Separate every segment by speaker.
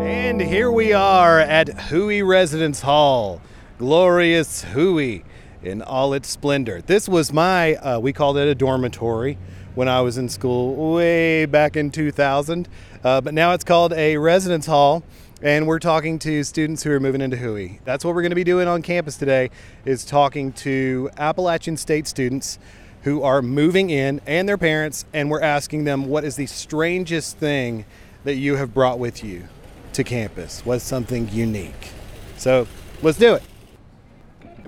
Speaker 1: And here we are at Hui Residence Hall. Glorious Hui in all its splendor. This was my, uh, we called it a dormitory when I was in school way back in 2000. Uh, but now it's called a residence hall. And we're talking to students who are moving into Hui. That's what we're going to be doing on campus today is talking to Appalachian State students who are moving in and their parents. And we're asking them, what is the strangest thing that you have brought with you? to campus was something unique. So let's do it.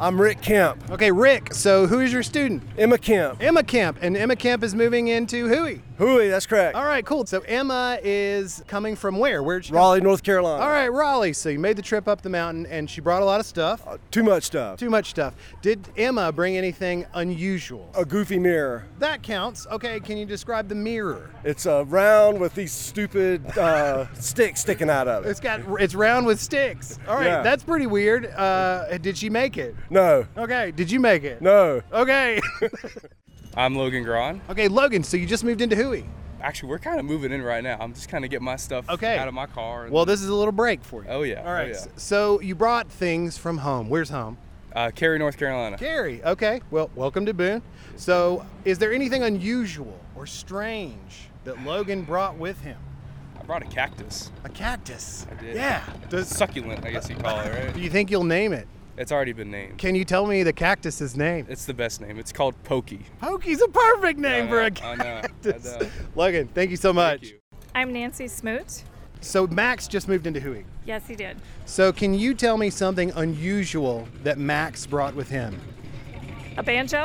Speaker 2: I'm Rick Kemp,
Speaker 1: Okay, Rick, so who is your student?
Speaker 2: Emma Kemp.
Speaker 1: Emma Kemp, and Emma Kemp is moving into Hui.
Speaker 2: Hooey, that's correct.
Speaker 1: All right, cool. So Emma is coming from where? Where'd she come-
Speaker 2: Raleigh, North Carolina.
Speaker 1: All right, Raleigh. So you made the trip up the mountain and she brought a lot of stuff.
Speaker 2: Too much stuff.
Speaker 1: Too much stuff. Did Emma bring anything unusual?
Speaker 2: A goofy mirror.
Speaker 1: That counts. Okay, can you describe the mirror?
Speaker 2: It's uh, round with these stupid uh, sticks sticking out of it.
Speaker 1: It's got it's round with sticks. All right,
Speaker 2: Yeah.
Speaker 1: that's pretty weird. Uh, did she make it?
Speaker 2: No,
Speaker 1: Okay, did you make it?
Speaker 2: no.
Speaker 1: Okay.
Speaker 3: I'm Logan Gron.
Speaker 1: Okay, Logan, so you just moved into Hui.
Speaker 3: Actually, we're kind of moving in right now. I'm just kind of getting my stuff
Speaker 1: Okay.
Speaker 3: out of my car. and-
Speaker 1: Well, this is a little break for you.
Speaker 3: Oh, yeah.
Speaker 1: All right.
Speaker 3: Oh, yeah.
Speaker 1: s- So you brought things from home. Where's home?
Speaker 3: uh, Cary, North Carolina.
Speaker 1: Gary. Okay. Well, welcome to Boone. So, is there anything unusual or strange that Logan brought with him?
Speaker 3: I brought a cactus.
Speaker 1: A cactus. I
Speaker 3: did.
Speaker 1: Yeah. Does,
Speaker 3: Succulent, I guess you call it,
Speaker 1: do
Speaker 3: right?
Speaker 1: you think you'll name it?
Speaker 3: It's already been named.
Speaker 1: Can you tell me the cactus's name?
Speaker 3: It's the best name. It's called Pokey.
Speaker 1: Pokey's a perfect name
Speaker 3: I
Speaker 1: for a
Speaker 3: know, I know, I
Speaker 1: cactus.
Speaker 3: know.
Speaker 1: Logan, thank you so much.
Speaker 3: Thank you.
Speaker 4: I'm Nancy Smoot.
Speaker 1: So Max just moved into Hui.
Speaker 4: Yes, he did.
Speaker 1: So can you tell me something unusual that Max brought with him?
Speaker 4: A banjo,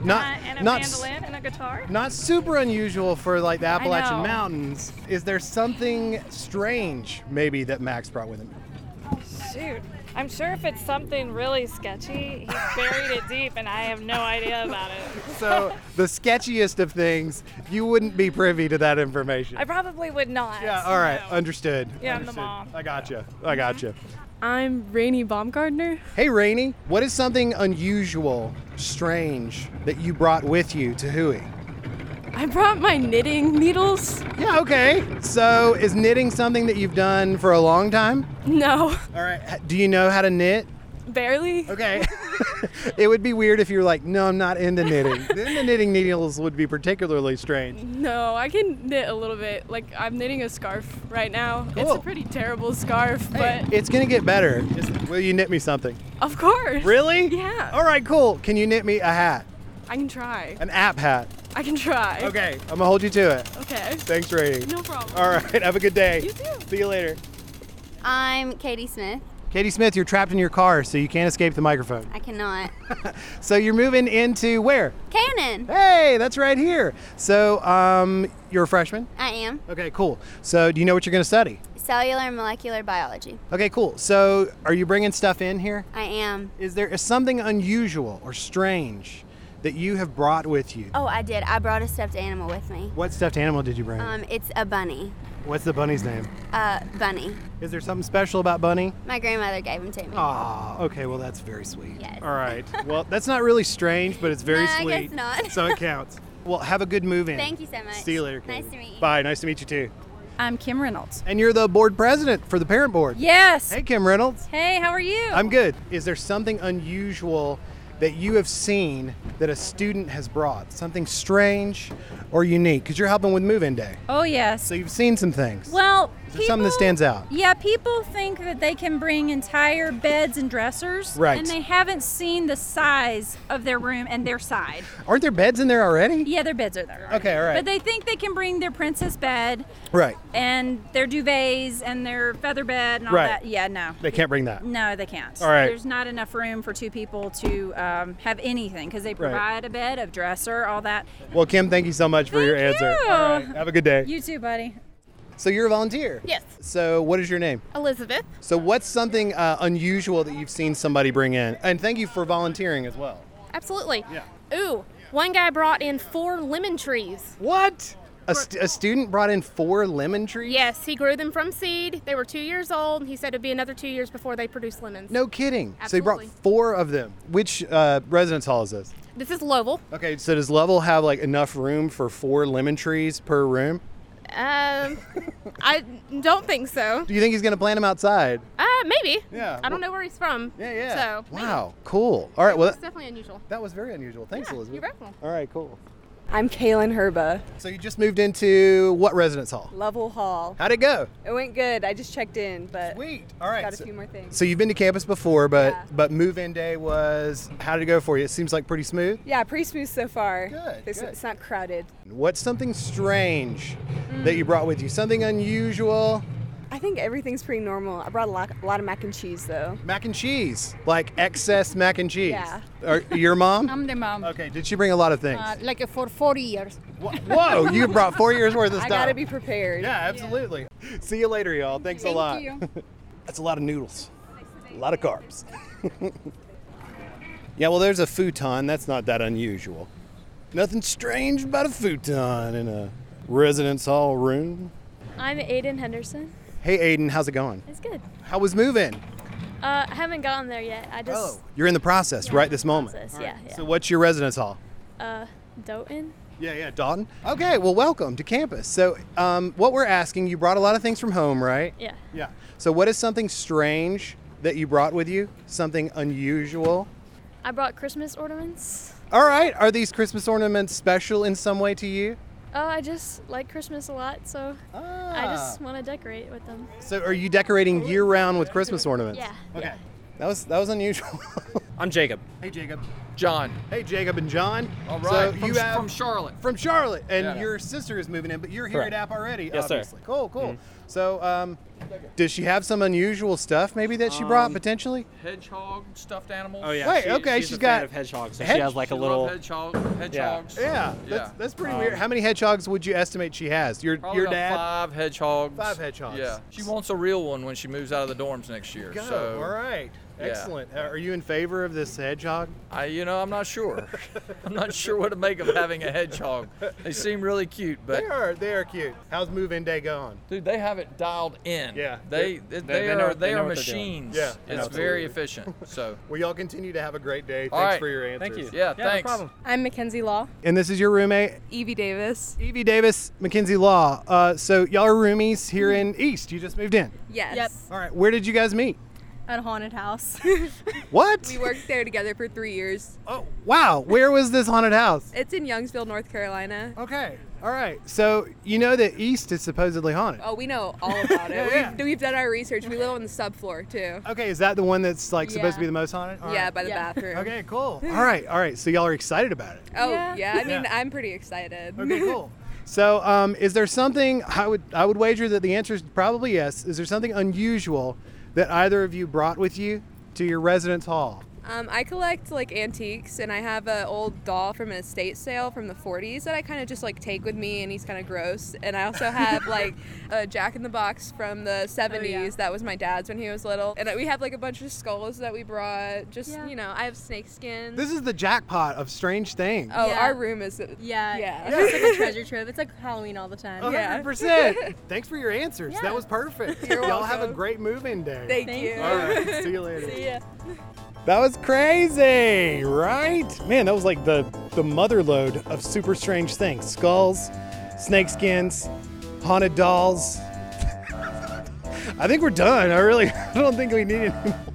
Speaker 4: uh,
Speaker 1: Not
Speaker 4: and a
Speaker 1: not s-
Speaker 4: mandolin, and a guitar.
Speaker 1: not super unusual for like the Appalachian
Speaker 4: know.
Speaker 1: Mountains. Is there something strange maybe that Max brought with him?
Speaker 4: Shoot, I'm sure if it's something really sketchy, he's buried it deep, and I have no idea about it.
Speaker 1: So the sketchiest of things, you wouldn't be privy to that information.
Speaker 4: I probably would not.
Speaker 1: yeah, all right,
Speaker 4: No.
Speaker 1: understood.
Speaker 4: Yeah, I'm the Mm-hmm.
Speaker 1: understood.
Speaker 4: mom.
Speaker 1: I gotcha. I gotcha.
Speaker 5: I'm Rainey Baumgardner.
Speaker 1: Hey, Rainey, what is something unusual, strange that you brought with you to Hui?
Speaker 5: I brought my knitting needles.
Speaker 1: Yeah, okay. So is knitting something that you've done for a long time?
Speaker 5: No,
Speaker 1: All right. h- Do you know how to knit?
Speaker 5: barely.
Speaker 1: Okay. it would be weird if you were like, no, I'm not into knitting. then the knitting needles would be particularly strange.
Speaker 5: No, I can knit a little bit. Like I'm knitting a scarf right now. It's
Speaker 1: Cool.
Speaker 5: a pretty terrible scarf,
Speaker 1: Hey,
Speaker 5: but
Speaker 1: it's gonna get better. Just- will you knit me something?
Speaker 5: of course.
Speaker 1: Really?
Speaker 5: Yeah.
Speaker 1: All right, cool. Can you knit me a hat?
Speaker 5: I can try.
Speaker 1: An app hat.
Speaker 5: I can try.
Speaker 1: Okay. I'm gonna hold you to it.
Speaker 5: Okay.
Speaker 1: Thanks, Rainy.
Speaker 5: No problem.
Speaker 1: All right. Have a good day.
Speaker 5: You too.
Speaker 1: See you later.
Speaker 6: I'm Katie Smith.
Speaker 1: Katie Smith, you're trapped in your car, so you can't escape the microphone.
Speaker 6: I cannot.
Speaker 1: So you're moving into where?
Speaker 6: Canon.
Speaker 1: Hey, that's right here. So, um, you're a freshman?
Speaker 6: I am.
Speaker 1: Okay, cool. So, do you know what you're going to study?
Speaker 6: Cellular and molecular biology.
Speaker 1: Okay, cool. So, are you bringing stuff in here?
Speaker 6: I am.
Speaker 1: Is there something unusual or strange that you have brought with you?
Speaker 6: Oh, I did. I brought a stuffed animal with me.
Speaker 1: What stuffed animal did you bring?
Speaker 6: Um, it's a bunny.
Speaker 1: What's the bunny's name?
Speaker 6: Uh, bunny.
Speaker 1: Is there something special about Bunny?
Speaker 6: My grandmother gave him to me.
Speaker 1: Ah, okay, well, that's very sweet.
Speaker 6: Yes.
Speaker 1: All right. Well, that's not really strange, but it's very
Speaker 6: No, I
Speaker 1: sweet.
Speaker 6: guess not.
Speaker 1: so, it counts. Well, have a good move in.
Speaker 6: Thank you so much.
Speaker 1: See you later.
Speaker 6: Nice
Speaker 1: Katie.
Speaker 6: to meet you.
Speaker 1: Bye. Nice to meet you too.
Speaker 7: I'm Kim Reynolds.
Speaker 1: And you're the board president for the parent board.
Speaker 7: Yes.
Speaker 1: Hey, Kim Reynolds.
Speaker 7: Hey, how are you?
Speaker 1: I'm good. Is there something unusual that you have seen that a student has brought? Something strange or unique? Because you're helping with move in day.
Speaker 7: oh, yes.
Speaker 1: So you've seen some things.
Speaker 7: well,
Speaker 1: Is there something that
Speaker 7: people-
Speaker 1: stands out?
Speaker 7: Yeah, people think that they can bring entire beds and dressers,
Speaker 1: Right.
Speaker 7: And they haven't seen the size of their room and their side.
Speaker 1: Aren't there beds in there already?
Speaker 7: Yeah, their beds are there.
Speaker 1: Okay, all right.
Speaker 7: But they think they can bring their princess bed
Speaker 1: Right.
Speaker 7: and their duvets and their feather bed and all
Speaker 1: Right.
Speaker 7: that. Yeah, no.
Speaker 1: They can't bring that.
Speaker 7: No, they can't.
Speaker 1: All right.
Speaker 7: There's not enough room for two people to um, have anything because they
Speaker 1: Right.
Speaker 7: provide a bed, a dresser, all that.
Speaker 1: Well, Kim, thank you so much for your
Speaker 7: Thank
Speaker 1: answer.
Speaker 7: you.
Speaker 1: All right. Have a good day.
Speaker 7: You too, buddy.
Speaker 1: so you're a volunteer?
Speaker 8: Yes.
Speaker 1: So what is your name?
Speaker 8: Elizabeth.
Speaker 1: So what's something uh, unusual that you've seen somebody bring in? And thank you for volunteering as well.
Speaker 8: Absolutely.
Speaker 1: Yeah.
Speaker 8: Ooh, one guy brought in four lemon trees.
Speaker 1: What? A, st- a student brought in four lemon trees?
Speaker 8: Yes, he grew them from seed. They were two years old. He said it'd be another two years before they produce lemons.
Speaker 1: No kidding. So he brought
Speaker 8: Absolutely.
Speaker 1: four of them. Which uh, residence hall is this?
Speaker 8: This is Lovell.
Speaker 1: Okay, so does Lovell have like enough room for four lemon trees per room?
Speaker 8: Um, I don't think so.
Speaker 1: Do you think he's gonna plant them outside?
Speaker 8: Uh, maybe.
Speaker 1: Yeah,
Speaker 8: I don't know where he's from. So. maybe.
Speaker 1: Wow, cool. All right, well,
Speaker 8: It's definitely unusual.
Speaker 1: that was very unusual. Thanks, Elizabeth.
Speaker 8: you're welcome.
Speaker 1: All right, cool.
Speaker 9: I'm Kaylin Herba,
Speaker 1: So you just moved into what residence hall?
Speaker 9: Lovell Hall.
Speaker 1: How'd it go?
Speaker 8: Uh,
Speaker 9: It went good. I just checked in, but
Speaker 1: Sweet. All right.
Speaker 9: got a
Speaker 1: so-
Speaker 9: few more things.
Speaker 1: So you've been to campus before, but
Speaker 9: Yeah.
Speaker 1: but move-in day was how did it go for you? It seems like pretty smooth.
Speaker 9: Yeah, pretty smooth so far.
Speaker 1: Good,
Speaker 9: It's,
Speaker 1: good.
Speaker 9: it's not crowded.
Speaker 1: What's something strange
Speaker 8: Hmm.
Speaker 1: that you brought with you? Something unusual?
Speaker 9: I think everything's pretty normal. I brought a lot, a lot of mac and cheese though.
Speaker 1: Mac and cheese, like excess mac and cheese.
Speaker 9: Yeah.
Speaker 1: Or your mom?
Speaker 10: I'm the mom.
Speaker 1: okay. Did she bring a lot of things?
Speaker 10: Uh, like uh, for 40 years.
Speaker 1: Wha- Whoa! you brought four years worth of
Speaker 9: I
Speaker 1: stuff.
Speaker 9: gotta be prepared.
Speaker 1: Yeah, absolutely. See you later, y'all. Thanks a lot. That's a lot of noodles, a lot of carbs. yeah, well, there's a futon. That's not that unusual. Nothing strange about a futon in a residence hall room.
Speaker 5: I'm Aiden Henderson.
Speaker 1: Hey, Aiden, how's it going?
Speaker 5: It's good.
Speaker 1: How was moving?
Speaker 5: Uh, I haven't gotten there yet. I just
Speaker 1: Oh, you're in the process right this moment.
Speaker 5: process,
Speaker 1: All right.
Speaker 5: yeah, yeah.
Speaker 1: So, what's your residence hall?
Speaker 5: uh, Doughton.
Speaker 1: Yeah, yeah, Dalton. Okay, well, welcome to campus. So, um, what we're asking, you brought a lot of things from home, right?
Speaker 5: Yeah.
Speaker 1: Yeah. So, what is something strange that you brought with you? Something unusual?
Speaker 5: I brought Christmas ornaments.
Speaker 1: All right. Are these Christmas ornaments special in some way to you?
Speaker 5: Oh, I just like Christmas a lot, so I just want to decorate with them.
Speaker 1: Ah. So, are you decorating year round with Christmas ornaments?
Speaker 5: Yeah.
Speaker 1: Okay. That was that was unusual.
Speaker 11: I'm Jacob.
Speaker 1: hey, Jacob.
Speaker 11: John.
Speaker 1: Hey, Jacob and John.
Speaker 11: All
Speaker 1: So
Speaker 11: right.
Speaker 1: you
Speaker 11: from,
Speaker 1: have
Speaker 11: from Charlotte.
Speaker 1: from Charlotte, and
Speaker 11: Yeah.
Speaker 1: your sister is moving in, but you're here
Speaker 11: Correct.
Speaker 1: at App already.
Speaker 11: Yes, sir. Mm-hmm.
Speaker 1: obviously. Cool, cool. So, um, does she have some unusual stuff maybe that she brought
Speaker 11: Um,
Speaker 1: potentially?
Speaker 11: Hedgehog stuffed animals.
Speaker 10: Oh, yeah.
Speaker 1: Wait,
Speaker 10: she-
Speaker 1: okay,
Speaker 10: she's
Speaker 1: she's
Speaker 10: a fan
Speaker 1: got-
Speaker 10: of hedgehogs, so
Speaker 1: hedge-
Speaker 10: she has like a
Speaker 11: She
Speaker 10: little.
Speaker 11: loved hedgehog, hedgehogs.
Speaker 1: Yeah, That's, that's pretty weird. How many hedgehogs would you estimate she has? Your
Speaker 11: Um, Probably
Speaker 1: your
Speaker 11: about
Speaker 1: dad?
Speaker 11: Five hedgehogs.
Speaker 1: Five hedgehogs.
Speaker 11: Yeah. She wants a real one when she moves out of the dorms next year.
Speaker 1: Go.
Speaker 11: So
Speaker 1: All right.
Speaker 11: yeah.
Speaker 1: Excellent. Uh, Are you in favor of this hedgehog?
Speaker 11: I, you know, I'm not sure. I'm not sure what to make of having a hedgehog. They seem really cute, but
Speaker 1: They are. They are cute. How's move-in day going?
Speaker 11: dude, they have it dialed in.
Speaker 1: Yeah.
Speaker 11: They they, they,
Speaker 3: they
Speaker 11: are
Speaker 3: know-
Speaker 11: they,
Speaker 3: they know
Speaker 11: are
Speaker 3: what they're doing.
Speaker 11: machines.
Speaker 1: Yeah,
Speaker 11: It's
Speaker 1: absolutely.
Speaker 11: very efficient. So
Speaker 1: Well, y'all continue to have a great day. Thanks
Speaker 11: All right.
Speaker 1: for your answers.
Speaker 10: Thank you.
Speaker 11: yeah, thanks.
Speaker 10: No problem.
Speaker 9: I'm Mackenzie Law.
Speaker 1: And this is your roommate,
Speaker 5: Evie Davis.
Speaker 1: Evie Davis, Mackenzie Law. Uh, so y'all are roomies here in East. You just moved in.
Speaker 9: Yes.
Speaker 5: Yep.
Speaker 1: All right. Where did you guys meet?
Speaker 7: At a haunted house.
Speaker 1: What?
Speaker 9: We worked there together for three years.
Speaker 1: oh, wow. Where was this haunted house?
Speaker 9: It's in Youngsville, North Carolina.
Speaker 1: Okay. All right. So you know that East is supposedly haunted.
Speaker 9: Oh, we know all about it.
Speaker 1: Yeah.
Speaker 9: we've, we've done our research. We live on the subfloor too.
Speaker 1: Okay. Is that the one that's like supposed to
Speaker 5: Yeah.
Speaker 1: be the most haunted? All
Speaker 9: yeah,
Speaker 1: right.
Speaker 9: by the
Speaker 5: Yeah.
Speaker 9: bathroom.
Speaker 1: Okay. Cool. All right. All right. So y'all are excited about it.
Speaker 9: Oh
Speaker 5: Yeah.
Speaker 9: yeah, I mean,
Speaker 1: Yeah.
Speaker 9: I'm pretty excited.
Speaker 1: Okay, cool. So, um, is there something I would I would wager that the answer is probably yes. Is there something unusual that either of you brought with you to your residence hall?
Speaker 9: Um, I collect like antiques, and I have an old doll from an estate sale from the 40s that I kind of just like take with me, and he's kind of gross. And I also have like a Jack in the Box from the 70s that was my dad's when he was little, and we have like a bunch of skulls that we brought. Just
Speaker 7: Yeah.
Speaker 9: you know, I have snake skins.
Speaker 1: This is the jackpot of strange things.
Speaker 9: oh,
Speaker 7: Yeah.
Speaker 9: our room is
Speaker 7: Yeah.
Speaker 9: Yeah.
Speaker 7: It's just like a treasure trove. It's like Halloween all the time.
Speaker 1: A
Speaker 9: Oh, yeah.
Speaker 1: hundred percent. Thanks for your answers.
Speaker 7: Yeah.
Speaker 1: That was perfect.
Speaker 9: You're
Speaker 1: Y'all have a
Speaker 9: welcome.
Speaker 1: great move-in day.
Speaker 9: Thank,
Speaker 7: Thank
Speaker 9: you.
Speaker 7: you.
Speaker 1: All right. See you later.
Speaker 7: See ya.
Speaker 1: That was crazy, right? Man, that was like the the mother load of super strange things: skulls, snakeskins, haunted dolls. I think we're done. I really I don't think we need any more.